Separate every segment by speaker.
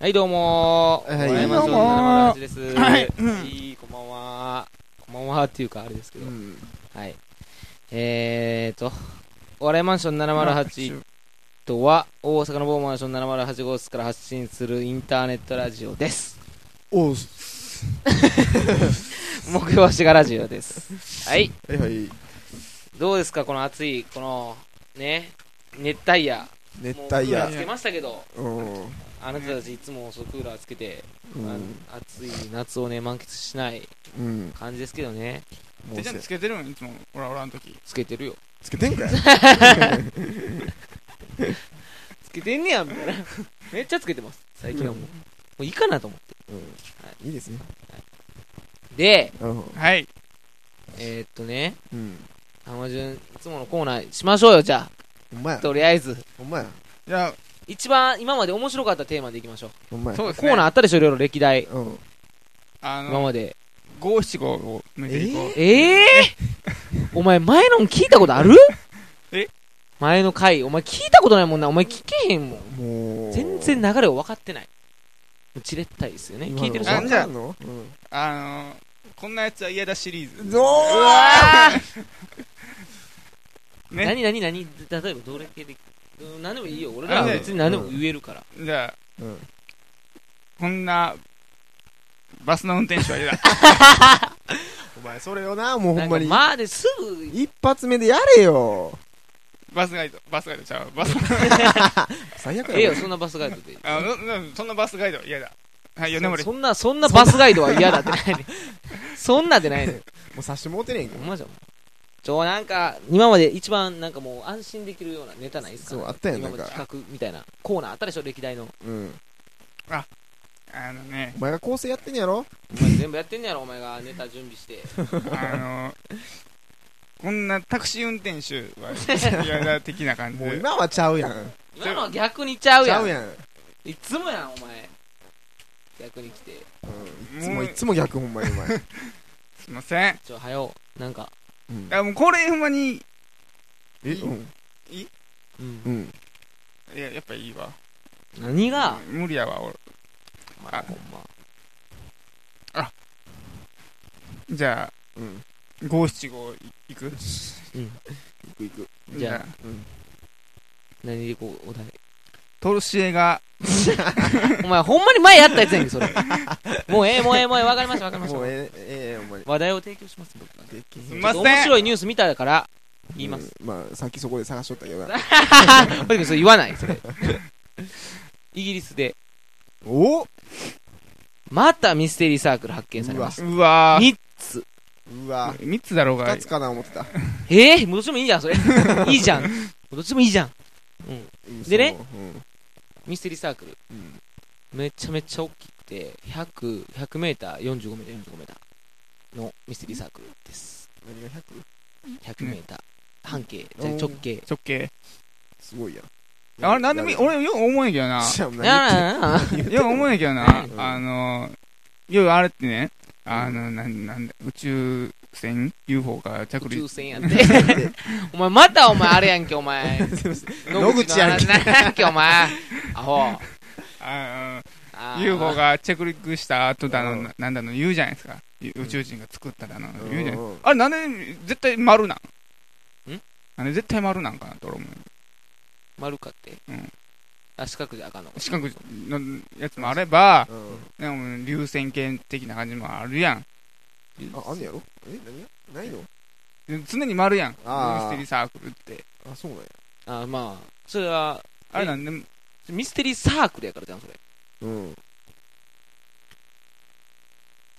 Speaker 1: はい、どうもー。
Speaker 2: はい
Speaker 1: ドラえもん
Speaker 2: どう
Speaker 1: 少年
Speaker 2: もー
Speaker 1: の
Speaker 2: は
Speaker 1: 七
Speaker 2: い
Speaker 1: 八です。はい、こんばんは。こんばんはっていうか、あれですけど。はい。えーと、お笑いマンション708とは、大阪の某マンション708号室から発信するインターネットラジオ です。
Speaker 2: おう
Speaker 1: 目標しがラジオ です。はい。
Speaker 2: はいはい
Speaker 1: どうですか、この暑い、この、ね、熱帯夜。
Speaker 2: 熱
Speaker 1: もう
Speaker 2: 帯
Speaker 1: クーラーつ
Speaker 2: 夜
Speaker 1: けましたけど、
Speaker 2: うんうん
Speaker 1: あなたたちいつもそうクーラーつけて、あの暑い夏をね、満喫しない
Speaker 2: うんも
Speaker 1: 感じですけどね。
Speaker 2: う
Speaker 3: てっちゃんつけてるんいつもオラオラの時
Speaker 1: つけてるよ。
Speaker 2: つけ てんかい
Speaker 1: つけてんねや、みたいな。 めっちゃつけてます。最近はもう。もういいかなと思って。
Speaker 2: いいですね
Speaker 1: で、
Speaker 2: うん
Speaker 3: はい
Speaker 1: えー、っとね、
Speaker 2: うん
Speaker 1: 浜順、いつものコーナーしましょうよ、じゃ
Speaker 2: ほんま
Speaker 1: あ。
Speaker 2: や
Speaker 1: とりあえず。
Speaker 2: ほんまや
Speaker 3: いや
Speaker 1: 一番今まで面白かったテーマでいきましょう。
Speaker 2: ほんまや
Speaker 3: そうです
Speaker 1: コ
Speaker 3: ね
Speaker 1: ーナーあったでしょ、いろいろ歴代。
Speaker 2: うん
Speaker 3: あ
Speaker 1: 今
Speaker 3: の
Speaker 1: まで。
Speaker 3: 五七五を抜いていこう
Speaker 1: ええー、お前前の聞いたことある
Speaker 3: え
Speaker 1: 前の回、お前聞いたことないもんな。お前聞けへんもん。
Speaker 2: もう
Speaker 1: 全然流れを分かってない。うちれったいですよね。聞いてる人
Speaker 3: あ
Speaker 1: は
Speaker 3: じゃあ
Speaker 2: あのうん
Speaker 3: あのこんなやつは嫌だシリーズ
Speaker 2: うわ
Speaker 3: ね
Speaker 1: 何何何例えばどれ系でうん何でもいいよ俺ら
Speaker 3: あ
Speaker 1: は
Speaker 3: ね
Speaker 1: 別に何でも言えるから、
Speaker 3: じゃあ
Speaker 2: うん
Speaker 3: こんなバスの運転手は嫌だ
Speaker 2: お前それよなもうほんまに
Speaker 1: なんかまあですぐ
Speaker 2: 一発目でやれよ
Speaker 3: バスガイドバスガイドちゃうバス
Speaker 2: 最悪
Speaker 1: ええ
Speaker 2: や
Speaker 1: よそんなバスガイドで
Speaker 3: あうんうんそんなバスガイドは嫌だはい米森
Speaker 1: そんなそんなバスガイドは嫌だってないねそんなでないね
Speaker 2: もうさしてもうてねんけ
Speaker 1: ほ
Speaker 2: ど
Speaker 1: んまじゃんちょなんか今まで一番なんかもう安心できるようなネタないですか
Speaker 2: そうあったやん
Speaker 1: 今まで
Speaker 2: なんか
Speaker 1: 企画みたいなコーナーあったでしょ歴代の
Speaker 2: うん
Speaker 3: あのね
Speaker 2: お前が構成やってんやろ
Speaker 1: お前全部やってんねやろお前がネタ準備して
Speaker 3: あのこんなタクシー運転手は嫌だ的な感じ
Speaker 2: もう
Speaker 3: で
Speaker 2: 今はちゃうやん
Speaker 1: 今のは逆にちゃう
Speaker 2: ち
Speaker 1: や
Speaker 2: ゃ
Speaker 1: ん
Speaker 2: うやんうん
Speaker 1: いつもやんお前逆に来て
Speaker 2: いつもいつも逆ほんまにお前
Speaker 3: すいませんい
Speaker 1: ちょはよなんか
Speaker 2: うん
Speaker 3: やもうこれほんまに
Speaker 2: えうん
Speaker 1: うん
Speaker 2: うん
Speaker 3: いややっぱいいわ
Speaker 1: 何が
Speaker 3: 無理やわ俺
Speaker 1: まあほんま
Speaker 3: じゃあ
Speaker 2: うん
Speaker 3: 五七五いく
Speaker 2: いくいく
Speaker 1: じゃあ
Speaker 3: あ
Speaker 2: うん
Speaker 1: 何でこうお題
Speaker 3: トルシエが
Speaker 1: お前ほんまに前やったやつやんけそれもうええもうええもうええわかりましたわかりまし
Speaker 2: もう
Speaker 1: た
Speaker 2: ええええお前
Speaker 1: 話題を提供します僕が
Speaker 2: できへん
Speaker 3: す
Speaker 1: ちょ
Speaker 3: ま
Speaker 1: っ
Speaker 3: せ
Speaker 1: と
Speaker 3: ん
Speaker 1: 面白いニュース見たから言い ます、
Speaker 2: うんまあさっきそこで探しとったけど な
Speaker 1: だけどそれ言わないそれイギリスで
Speaker 2: お
Speaker 1: またミステリーサークル発見されまし
Speaker 3: うわ
Speaker 1: た
Speaker 3: ー
Speaker 1: 3つ
Speaker 2: うわ
Speaker 3: 3つだろうが
Speaker 2: 二つかな思ってた
Speaker 1: ええもうどっちもいいじゃんそれいいじゃんどっちもいいじゃん
Speaker 2: うん
Speaker 1: でね
Speaker 2: そううん
Speaker 1: ミステリーサークル
Speaker 2: うん
Speaker 1: めちゃめちゃ大きくて 100m45m45m のミステリーサークルです
Speaker 2: 何が 100?
Speaker 1: 100m 半径
Speaker 2: おー
Speaker 1: 直径
Speaker 3: 直径
Speaker 2: すごいやん
Speaker 3: あれなんでみ俺よう思うんやけどな
Speaker 2: じゃあ何言っ
Speaker 1: ああ
Speaker 2: てん
Speaker 3: よう思うんやけどな
Speaker 2: うん
Speaker 3: あのようあれってねあのなんなんだ宇宙船 UFO が着
Speaker 1: 宇宙
Speaker 3: 陸
Speaker 1: 船やってお前またお前あれやんけお前
Speaker 2: 野口やん
Speaker 1: 野口の話
Speaker 2: け
Speaker 1: なんやんけお前アホ
Speaker 3: あの
Speaker 1: あー
Speaker 3: UFO が着陸した後だ
Speaker 2: うん
Speaker 3: のななんだの言うじゃないですかゆ宇宙人が作っただの
Speaker 2: うん
Speaker 3: 言うじゃない
Speaker 2: うん
Speaker 3: あれなんで絶対丸なん
Speaker 1: ん
Speaker 3: あれ絶対丸なんかなと俺思う
Speaker 1: 丸かって、
Speaker 3: うん
Speaker 1: あ四角じゃあかんの
Speaker 3: 四角のやつもあれば
Speaker 2: うん
Speaker 3: でも流線形的な感じもあるやん
Speaker 2: ああんねやろえ何がないの
Speaker 3: 常に丸やんミ
Speaker 2: あー
Speaker 3: ステリーサークルって
Speaker 2: あそうなんや
Speaker 1: あーまあそれは
Speaker 3: あれなんで
Speaker 1: ミステリーサークルやからじゃんそれ
Speaker 2: うん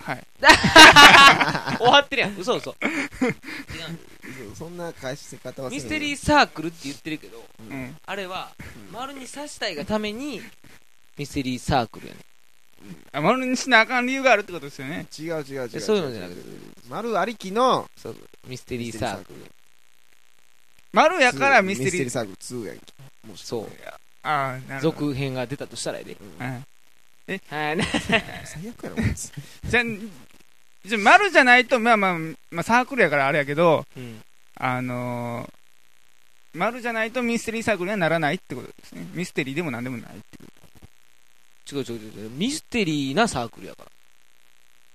Speaker 3: はい
Speaker 1: 終わってるやん嘘嘘
Speaker 2: そんな返し方は
Speaker 1: ミステリ
Speaker 2: ー
Speaker 1: ーサークルって言ってるけど
Speaker 3: うん
Speaker 1: あれは
Speaker 2: うん
Speaker 1: 丸に刺したいがためにミステリーサークルやね
Speaker 3: あ丸にしなあかん理由があるってことですよね
Speaker 2: 違う違う違う違
Speaker 1: そういうのじゃなくて
Speaker 2: 丸ありきの
Speaker 1: ミステリーサークル
Speaker 3: 丸やからミステ
Speaker 2: ミステ
Speaker 3: リ
Speaker 2: リー
Speaker 3: ー
Speaker 2: サークル2やんけもし
Speaker 1: そう
Speaker 3: ああなるほど
Speaker 1: 続編が出たとしたらやで
Speaker 2: うん
Speaker 3: はい
Speaker 1: はい ね
Speaker 2: 最悪や ろこいつ
Speaker 3: じゃあじゃあ丸じゃないとまあまあまあサークルやからあれやけど
Speaker 1: うん
Speaker 3: あのー丸じゃないとミステリーサークルにはならないってことですねミステリーでもなんでもないって
Speaker 1: 違う違う違う。ミステリーなサークルやから。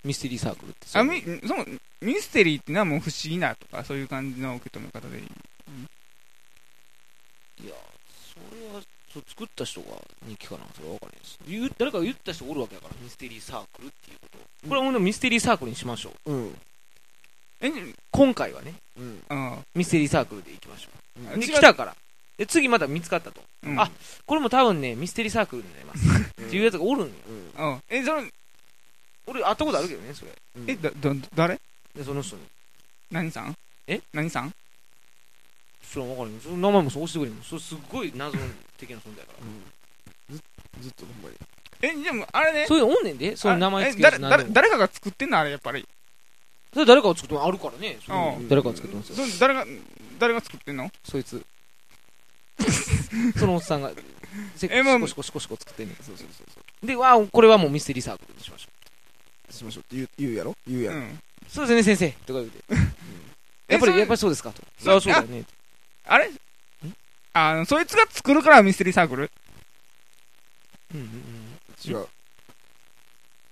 Speaker 1: ミステリーサークルってそう。
Speaker 3: あみそのミステリーってのはもう不思議なとかそういう感じの受け止め方でいい
Speaker 1: いや、それは、そう作った人がに聞かなそれは分からないです。言う誰かが言った人おるわけやから、ミステリーサークルっていうことを。これはほんでミステリーサークルにしましょう。
Speaker 2: うん。
Speaker 3: えじ
Speaker 1: 今回はね、
Speaker 2: うん。
Speaker 3: うん
Speaker 1: ミステリーサークルで行きましょ
Speaker 2: う
Speaker 1: う。
Speaker 3: ん
Speaker 1: で、
Speaker 3: 違う
Speaker 1: 来たから。で、次また見つかったと。
Speaker 3: うん
Speaker 1: あこれも多分ね、ミステリーサークルになります。っていうやつがおるんよ。
Speaker 2: うん。
Speaker 3: うんえその
Speaker 1: 俺、会ったことあるけどね、それ。
Speaker 2: うん
Speaker 3: えだだ誰
Speaker 1: で、その人に。
Speaker 3: 何さん
Speaker 1: え
Speaker 3: 何さん
Speaker 1: それは分からない。その名前もそうしてくれんの。それすっごい謎的な存在やか
Speaker 2: うんずずっとほんまに。
Speaker 3: えでもあれね
Speaker 1: ら。そういうのおんねんで、そういう名前つけ
Speaker 3: あ
Speaker 1: て
Speaker 3: え誰
Speaker 1: 何で
Speaker 3: 誰
Speaker 1: も
Speaker 3: 誰かが作ってんのあれやっぱり
Speaker 1: それ誰かが作ってもあるからね。そういうの
Speaker 2: うん
Speaker 1: 誰かが作ってますよ。
Speaker 3: そ誰が誰が作ってんの
Speaker 1: そいつ。そのおっさんが、せっ
Speaker 3: えまあ
Speaker 1: シコシコシコシコ作ってんね
Speaker 2: そうそうそうそ
Speaker 1: ん。で、わあ、これはもうミステリーサークルにしましょ
Speaker 2: う。しましょうって言う言うやろ言う
Speaker 3: う
Speaker 2: やろ。
Speaker 3: ん
Speaker 1: う。そうですね、先生とか言うて。
Speaker 3: え
Speaker 1: やっぱ
Speaker 3: そ
Speaker 1: り、
Speaker 3: れ
Speaker 1: やっぱりそうですかと。
Speaker 3: そ
Speaker 1: あ
Speaker 3: れ
Speaker 1: あ、そうだよね。
Speaker 3: あれあのそいつが作るからミステリーサークル
Speaker 1: うんうんうん。
Speaker 2: 違う。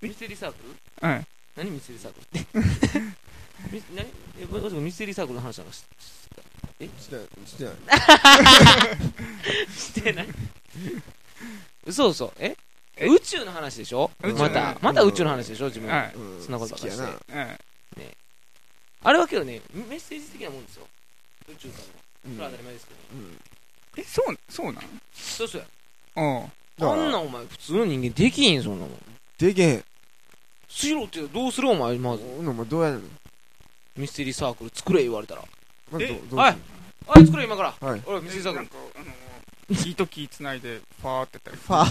Speaker 1: ミステリーサークル
Speaker 3: うん
Speaker 1: 何ミステリーサークル って。み何え、ままさかミステリーサークルの話なんかし
Speaker 2: してない。してない。
Speaker 1: してない。そうそう。え
Speaker 3: え
Speaker 1: 宇宙の話でしょ
Speaker 3: 宇宙
Speaker 1: また、また宇宙の話でしょ自分。
Speaker 3: はい
Speaker 2: うん。
Speaker 1: そんなこと
Speaker 2: 好きや
Speaker 1: ばっ
Speaker 2: な
Speaker 1: か。
Speaker 3: うん
Speaker 1: あれはけどね、メッセージ的なもんですよ。宇宙からの。
Speaker 2: うん
Speaker 1: それは当たり前ですけど。
Speaker 2: うん
Speaker 3: えそうそうなん
Speaker 1: そうそうや。
Speaker 3: おう
Speaker 2: だ
Speaker 1: あ
Speaker 2: から
Speaker 1: んなお前、普通の人間できん、そんなもん。
Speaker 2: でけへん。
Speaker 1: しろってどうするお前、まず。
Speaker 2: ほんならお前どうやねん。
Speaker 1: ミステリーサークル作れ言われたら。
Speaker 2: まあど
Speaker 3: え
Speaker 2: うどう
Speaker 1: はいおい、作れ今から。
Speaker 2: はい。
Speaker 1: 俺はミステリーサーク
Speaker 3: な
Speaker 1: ル
Speaker 3: ん。かあのキーとキーつないでファーってやったり
Speaker 2: ファー。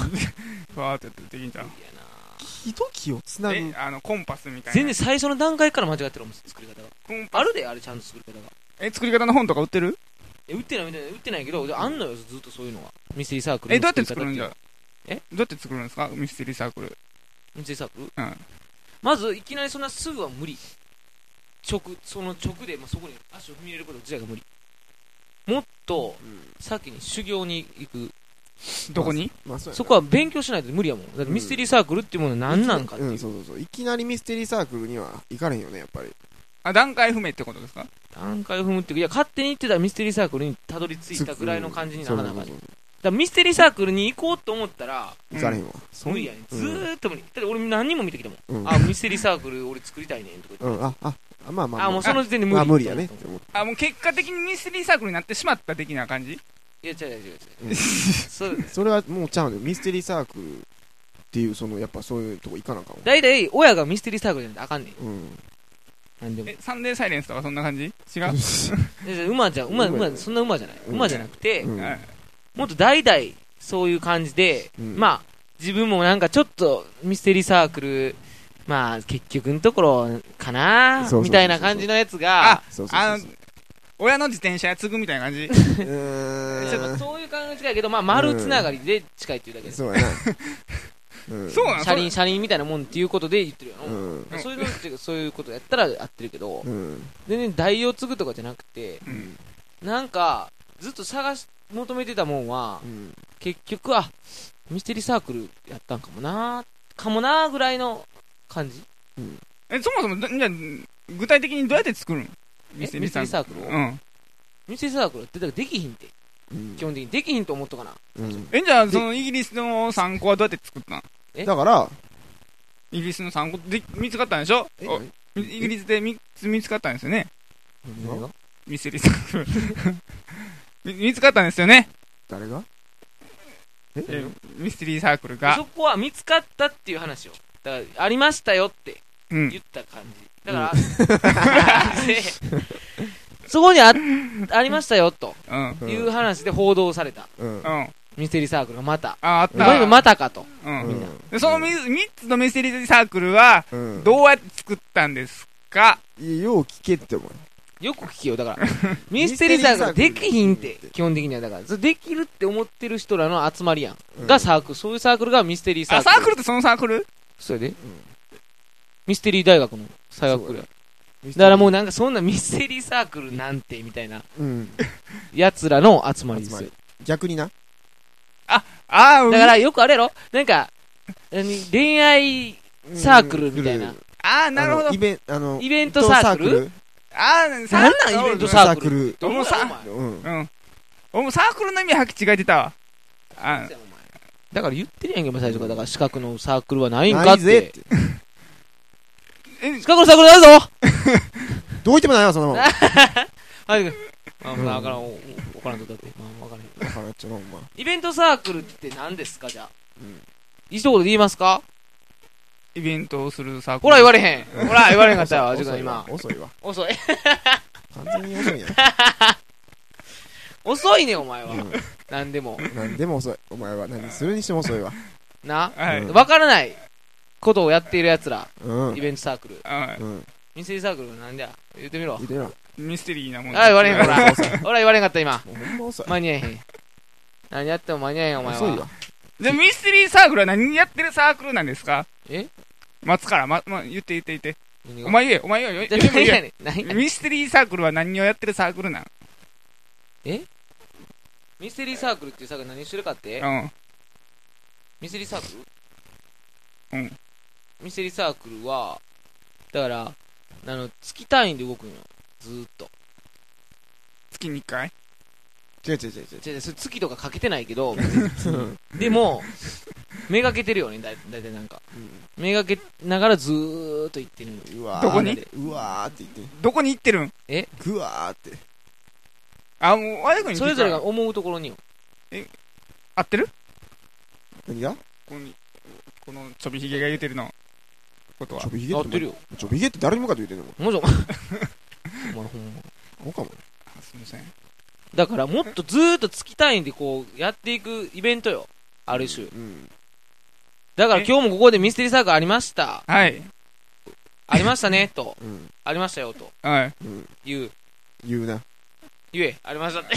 Speaker 3: ファーってやったりできんじゃん
Speaker 1: いやな
Speaker 2: ひときをつなぐ
Speaker 3: え。あのコンパスみたいな
Speaker 1: 全然最初の段階から間違ってるお前、作り方が。
Speaker 3: コンパ
Speaker 1: あるで、あれちゃんと作り方が。
Speaker 3: え作り方の本とか売ってる
Speaker 1: え、売ってないみたいな、売ってないけど、あんのよ、ずっとそういうのが。ミステリーサークル。
Speaker 3: えどうやって作るんじゃ
Speaker 1: え
Speaker 3: どうやって作るんですかミステリーサークル
Speaker 1: ミステリーサークル
Speaker 3: うん
Speaker 1: まず、いきなりそんなすぐは無理。直、その直で、まあ、そこに足を踏み入れること自体が無理。もっと、
Speaker 2: うん
Speaker 1: 先に修行に行く。
Speaker 3: どこに
Speaker 2: まあそうやな
Speaker 1: そこは勉強しないと無理やもん。だってミステリーサークルっていうものは何なんかっていうう。
Speaker 2: ん、そうそうそう。いきなりミステリーサークルには行かれへんよね、やっぱり。
Speaker 3: あ段階不明ってことですか
Speaker 1: 段階を踏むっていうか、いや、勝手に行ってたらミステリーサークルにたどり着いたぐらいの感じにならなかった。だ
Speaker 2: そ
Speaker 1: か
Speaker 2: うそうそう
Speaker 1: らミステリーサークルに行こうと思ったら、
Speaker 2: 行かれへんわ。そん
Speaker 1: 無理やねん。ずーっと無理。だって俺何人も見てきたもん。
Speaker 2: うん。
Speaker 1: あ、ミステリーサークル俺作りたいねんとか言って。
Speaker 2: うん、あ、あ、あまあまあまあ。
Speaker 1: あ、もうその時点で無
Speaker 2: ま
Speaker 1: 理。
Speaker 2: あ無理やねって思って。
Speaker 3: あもう結果的にミステリーサークルになってしまった的な感じ
Speaker 1: いや、違う違う違う違う。
Speaker 2: うん
Speaker 1: そう、
Speaker 2: それはもうちゃうねんミステリーサークルっていう、その、やっぱそういうとこ行かなあかんわ。
Speaker 1: 大体親がミステリーサークルじゃなくてあかんねん。
Speaker 2: うん。
Speaker 1: なんでも。
Speaker 3: えサンデーサイレンスとかそんな感じ違う
Speaker 1: でで馬じゃ、馬、馬、そんな馬じゃない。
Speaker 2: うん
Speaker 1: 馬じゃなくて、
Speaker 2: うん
Speaker 3: はい
Speaker 1: もっと代々そういう感じで、
Speaker 2: うん
Speaker 1: まあ、自分もなんかちょっとミステリーサークル、まあ、結局のところかな
Speaker 2: そうそうそうそう
Speaker 1: みたいな感じのやつが、
Speaker 2: そうそうそ
Speaker 3: あ
Speaker 2: う
Speaker 3: の
Speaker 2: そう。
Speaker 3: 親の自転車継ぐみたいな感 じ
Speaker 2: う
Speaker 1: ち
Speaker 2: ーん
Speaker 1: ょっとそういう感じだけど、まあ、丸つながりで近いっていうだけです。
Speaker 2: そうやな。うん
Speaker 3: そうなの
Speaker 1: 車輪、車輪みたいなもんっていうことで言ってるよな。
Speaker 2: うん。
Speaker 1: そういうのっていうかそういうことやったら合ってるけど、
Speaker 2: うん。
Speaker 1: 全然代用継ぐとかじゃなくて、
Speaker 3: うん
Speaker 1: なんか、ずっと探し、求めてたもんは
Speaker 2: う、ん。
Speaker 1: 結局、あ、ミステリーサークルやったんかもなかもなぐらいの感じ
Speaker 3: えそもそもだじゃあ具体的にどうやって作るの
Speaker 1: ミステリーサークルを
Speaker 3: うん
Speaker 1: ミステリーサークルって、だからできひんって。
Speaker 2: うん
Speaker 1: 基本的にできひんと思っとかな。
Speaker 2: うん。
Speaker 3: えじゃあそのイギリスの参考はどうやって作ったの
Speaker 1: え
Speaker 2: だから、
Speaker 3: イギリスの参考で見つかったんでしょ
Speaker 2: え
Speaker 3: おイギリスで見見つかったんですよね
Speaker 2: 何が
Speaker 3: ミステリーサークル み見つかったんですよね、
Speaker 2: 誰が
Speaker 3: え
Speaker 2: え
Speaker 3: ミステリーサークルが
Speaker 1: そこは見つかったっていう話を。だから、ありましたよって
Speaker 3: うん
Speaker 1: 言った感じ。だから、で そこにあ、ありましたよと
Speaker 3: うんうん
Speaker 1: いう話で報道された。
Speaker 2: うん。
Speaker 3: あ
Speaker 1: ミステリーサークルがまた。
Speaker 3: あっ
Speaker 1: これ
Speaker 3: た
Speaker 1: がまたかと。
Speaker 3: うん
Speaker 1: みんな
Speaker 3: でそのみ三つのミステリーサークルは
Speaker 2: うん。
Speaker 3: どうやって作ったんですか
Speaker 2: いやよう聞けって思う。
Speaker 1: よく聞けよ、だから。ミステリーサークルできひんって
Speaker 2: ミステリーサークル、
Speaker 1: 基本的には。だから、それできるって思ってる人らの集まりやん。
Speaker 2: うん
Speaker 1: がサークル、そういうサークルがミステリーサー
Speaker 3: あ
Speaker 1: ク
Speaker 3: サ
Speaker 1: ル。
Speaker 3: ークルってそのサークル
Speaker 1: それで、ミステリー大学のサーク
Speaker 2: そう
Speaker 1: ル
Speaker 2: や
Speaker 1: や。だからもう
Speaker 2: う、
Speaker 1: なんかそんなミステリーサークルなんて、みたいな、
Speaker 2: うん。
Speaker 1: 奴らの集まりです
Speaker 2: 集ま
Speaker 1: よ
Speaker 2: り。逆にな。
Speaker 3: ああ
Speaker 1: だからよくあれやろなんか、何恋愛サークルみたいな。
Speaker 3: ああ、なるほど
Speaker 2: あのイ。ベンあの
Speaker 1: イベントサークル
Speaker 3: ああ、
Speaker 1: なん
Speaker 3: サークル
Speaker 1: なんイベントサ
Speaker 2: サ
Speaker 1: ー
Speaker 2: ー
Speaker 1: ク
Speaker 2: クル
Speaker 3: どう
Speaker 1: お
Speaker 3: さ
Speaker 1: 前
Speaker 2: うん
Speaker 3: うん。俺もサークルの意味はっきり違えてたわ。あ
Speaker 1: だから言ってるやんけ、お前最初から。だから資格のサークルはないんか
Speaker 2: な
Speaker 1: っ。
Speaker 2: いぜってて
Speaker 1: 資格のサークルだぞ
Speaker 2: どう言ってもないわそんなもん
Speaker 1: あ はい。まあ、まあ、わからん、おおわからんとだって。まあ、わからん。
Speaker 2: だからちょっとほんま
Speaker 1: イベントサークルって何ですか、じゃあ。
Speaker 2: うん
Speaker 1: 一言で言いますか
Speaker 3: イベントをするサーク
Speaker 1: ほ
Speaker 3: ル。
Speaker 1: ら、言われへん。ほら、言われへんかったよ、
Speaker 2: 遅
Speaker 1: 自
Speaker 2: い
Speaker 1: 分
Speaker 2: 遅い
Speaker 1: 今。
Speaker 2: わ遅いわ
Speaker 1: 遅い。
Speaker 2: 完全に遅いね
Speaker 1: 遅いね、お前は。
Speaker 2: う
Speaker 1: 何でも。
Speaker 2: ん何でも遅いお前は何するにしても遅いわ
Speaker 1: な。
Speaker 3: はい。
Speaker 2: うん
Speaker 1: わからないことをやっている奴ら、
Speaker 2: うん
Speaker 1: イベントサークル。
Speaker 3: あ
Speaker 2: うん
Speaker 1: ミステリーサークルなんじゃ言ってみろ。
Speaker 2: 言ってみろ
Speaker 3: ミステリーなもん
Speaker 1: あ、言われへん、ほ。
Speaker 3: から
Speaker 1: ほら、言われへんかった、今。
Speaker 2: もうほんま遅い
Speaker 1: 間に合えへん。何やっても間に合えへん、お前は。
Speaker 2: 遅いわ
Speaker 3: じゃあミステリーサークルは何やってるサークルなんですか
Speaker 1: え
Speaker 3: 待つから、ま、ま、言って言って言って。
Speaker 1: 何が
Speaker 3: お前言え、お前言えよ、よ、
Speaker 1: じゃ
Speaker 3: よりも
Speaker 1: 何
Speaker 3: 言
Speaker 1: や
Speaker 3: え。
Speaker 1: ねん。何やねん
Speaker 3: ミステリーサークルは何をやってるサークルなん
Speaker 1: ミステリーサークルっていうサークル何してるかって
Speaker 3: うん。
Speaker 1: ミステリーサークル
Speaker 3: うん。
Speaker 1: ミステリーサークルは、だから、あの、月単位で動くんよ。ずーっと。
Speaker 3: 月に1回
Speaker 2: 違う違う違う
Speaker 1: 違う違うそれ月とかかけてないけど、
Speaker 2: 違ううん
Speaker 1: でも、めがけてるよね、だいだいたいなんか。
Speaker 2: う
Speaker 1: めがけながらずーっと行ってるのよ。
Speaker 2: んうわー
Speaker 3: どこに
Speaker 2: ってうわーって言っ
Speaker 3: どこに行ってるん
Speaker 2: てぐわーって
Speaker 3: あ、もう、あやこに聞いた
Speaker 1: それぞれが思うところによ。
Speaker 3: 合ってる
Speaker 2: 何が
Speaker 3: この、このちょびひげが言うてるの、ことは
Speaker 2: ちょ。びひげ
Speaker 1: 合
Speaker 2: っ
Speaker 1: っててるよ。
Speaker 2: ちょびひげって誰に向かって言うてんの
Speaker 1: もちろん。お前ほんま。
Speaker 2: おかも
Speaker 3: あすみません。
Speaker 1: だからもっとずーっと月単位でこうやっていくイベントよ。ある種。
Speaker 2: うん
Speaker 1: だから今日もここでミステリーサークルありました。
Speaker 3: はい。
Speaker 1: ありましたね、と。
Speaker 2: うん
Speaker 1: ありましたよ、と。
Speaker 3: はい。
Speaker 2: うん
Speaker 1: いう。
Speaker 2: 言うな
Speaker 1: 言え、ありましたって。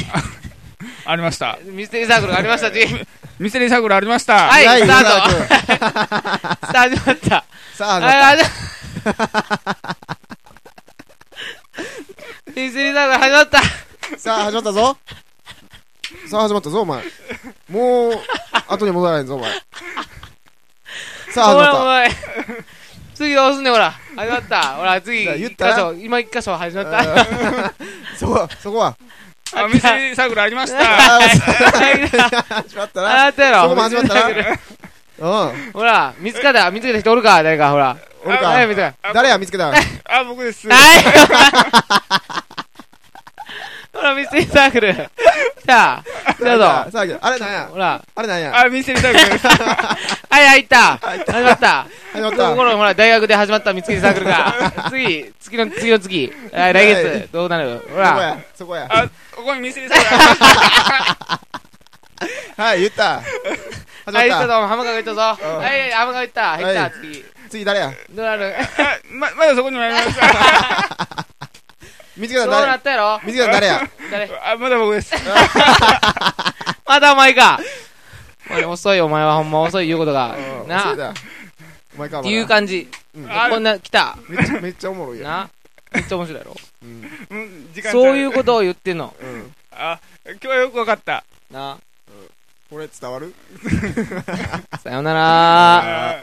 Speaker 3: ありました。
Speaker 1: ミステリーサークルがありましたって言え。
Speaker 3: ミステリーサークルありました。
Speaker 1: はい
Speaker 2: ライブ
Speaker 1: スタート
Speaker 2: ライブ
Speaker 1: さあ、始まった。
Speaker 2: さあ
Speaker 1: あ、あ、だ。ミステリーサークル始まった。
Speaker 2: さあ始まったぞさあ始まったぞお前もう後に戻らないぞ お前さあ始
Speaker 1: お前、
Speaker 2: まっ
Speaker 1: お前。次どうすんねん、ほら。始まった。ほら、次、
Speaker 2: だから言
Speaker 1: 一
Speaker 2: っ
Speaker 1: 箇
Speaker 2: たな
Speaker 1: 所、今一箇所始まった。
Speaker 2: たうん そこはそこは
Speaker 3: あミステリーサークルありました。
Speaker 2: あー
Speaker 1: あ
Speaker 2: 始まったな
Speaker 1: なたやろ。
Speaker 2: そこも始まったな
Speaker 1: ミステリーサーク
Speaker 2: うん
Speaker 1: ルほら、見つけた、見つけた人おるか、誰か、ほら。
Speaker 2: 俺
Speaker 1: はい、
Speaker 2: か
Speaker 1: 見つけた。
Speaker 2: 誰や見つ けた
Speaker 3: あ、僕です。
Speaker 1: はい。 ほら、ミステリーサークル。来た。来たぞ。
Speaker 2: さああれなんや
Speaker 1: ほら。
Speaker 2: あれなんや
Speaker 3: あ、ミステリーサークル。
Speaker 1: はい、入った。始まった。
Speaker 2: 始ま
Speaker 1: その
Speaker 2: った
Speaker 1: 頃、ほら、大学で始まった見つけりサークル が。次、次の、次の次。はい、来月、どうなるほ
Speaker 2: そこ
Speaker 1: ら。
Speaker 2: やそこや
Speaker 3: あ、ここにミステリーサークルありました。
Speaker 2: はい言った
Speaker 1: はい、
Speaker 2: 始
Speaker 1: 行
Speaker 2: ま
Speaker 1: った
Speaker 2: った
Speaker 1: ぞ、浜川行ったぞ。
Speaker 2: うん
Speaker 1: はい、浜川行った。入っ
Speaker 2: は
Speaker 1: た、
Speaker 2: い
Speaker 1: 次。
Speaker 2: 次誰や
Speaker 1: どう なる
Speaker 3: あま、まだそこにもありま した。
Speaker 2: 見つけ
Speaker 1: ど
Speaker 2: た
Speaker 1: う
Speaker 2: の
Speaker 1: な
Speaker 2: 誰
Speaker 1: ったやろ
Speaker 2: 見つけたの誰や
Speaker 1: 誰
Speaker 3: あ、まだ僕です。
Speaker 1: まだお前か。 お前遅いよ、お前はほんま遅い言うことが
Speaker 2: う。ん
Speaker 1: な
Speaker 2: 見つけたお前か
Speaker 1: っ
Speaker 2: お
Speaker 1: て
Speaker 2: 前
Speaker 1: いう感じ。
Speaker 2: うん
Speaker 3: あ
Speaker 1: こんな、来た。
Speaker 2: めっちゃめっちゃおもろいやん
Speaker 1: な。めっちゃ面白いやろ。
Speaker 2: うん
Speaker 3: うん時間
Speaker 1: そういう
Speaker 3: と。
Speaker 1: ことを言ってんの。
Speaker 2: うん
Speaker 3: あ、今日はよくわかった。
Speaker 1: な。
Speaker 2: これ伝わる
Speaker 1: さよなら
Speaker 3: あ